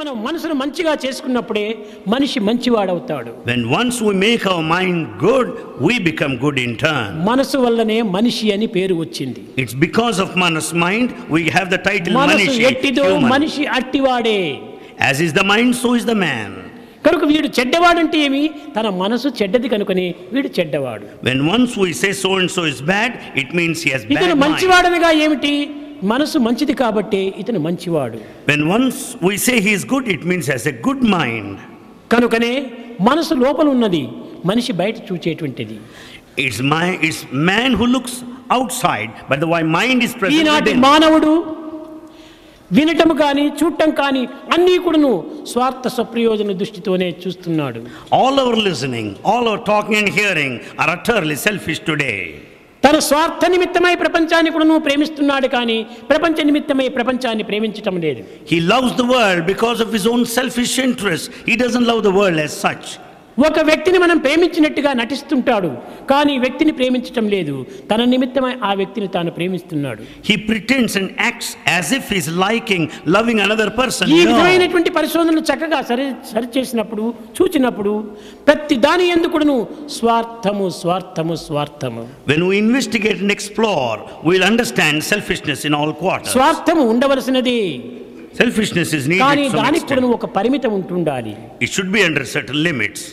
మనం మనసును మంచిగా చేసుకున్నప్పుడే మనిషి మంచివాడవుతాడు When once we make our mind good, we become good in turn. మనసు వల్లనే మనిషి అని పేరు వచ్చింది It's because of Manas mind we have the title మనసు Manishi, ఎట్టిదో human. మనిషి అట్టివాడే As is the mind, so is the man. కనుక వీడు చెడ్డవాడంటే ఏమి తన మనసు చెడ్డది కనుకని వీడు చెడ్డవాడు When once we say so and so is bad, it means he has ఇతను bad mind. మంచివాడనగా ఏమిటి మనసు మంచిది కాబట్టి ఇతను మంచివాడు When once we say he is good, it means he has a good mind. కనుకనే మనసు లోపల ఉన్నది మనిషి బయట చూచేటువంటిది It's my it's man who looks outside, but the why mind is present ఈనాటి within. మానవుడు వినటం కానీ చూడటం కానీ అన్నీ కూడాను స్వార్థ స్వప్రయోజన దృష్టితోనే చూస్తున్నాడు All our listening, all our talking and hearing are utterly selfish today. తన స్వార్థ నిమిత్తమై ప్రపంచాన్ని కూడాను ప్రేమిస్తున్నాడు కానీ ప్రపంచ నిమిత్తమై ప్రపంచాన్ని ప్రేమించటం లేదు He loves the world because of his own selfish interests. He doesn't love the world as such. ఒక వ్యక్తిని మనం ప్రేమించినట్టుగా నటిస్తుంటాడు కానీ వ్యక్తిని ప్రేమించటం లేదు తన నిమిత్తమై ఆ వ్యక్తిని తాను ప్రేమిస్తున్నాడు He pretends and acts as if he's liking, loving another person. ఈ No. విధమైనటువంటి పరిశోధనలు చక్కగా సరి సరిచేసినప్పుడు చూచినప్పుడు ప్రతి దాని ఎందుకుడును స్వార్థము స్వార్థము స్వార్థము When we investigate and explore, we'll understand selfishness in all quarters. స్వార్థము ఉండవలసినది Selfishness is కానీ needed. Some దానికి కూడా extent. ఒక పరిమితం ఉంటుండాలి It should be under certain limits.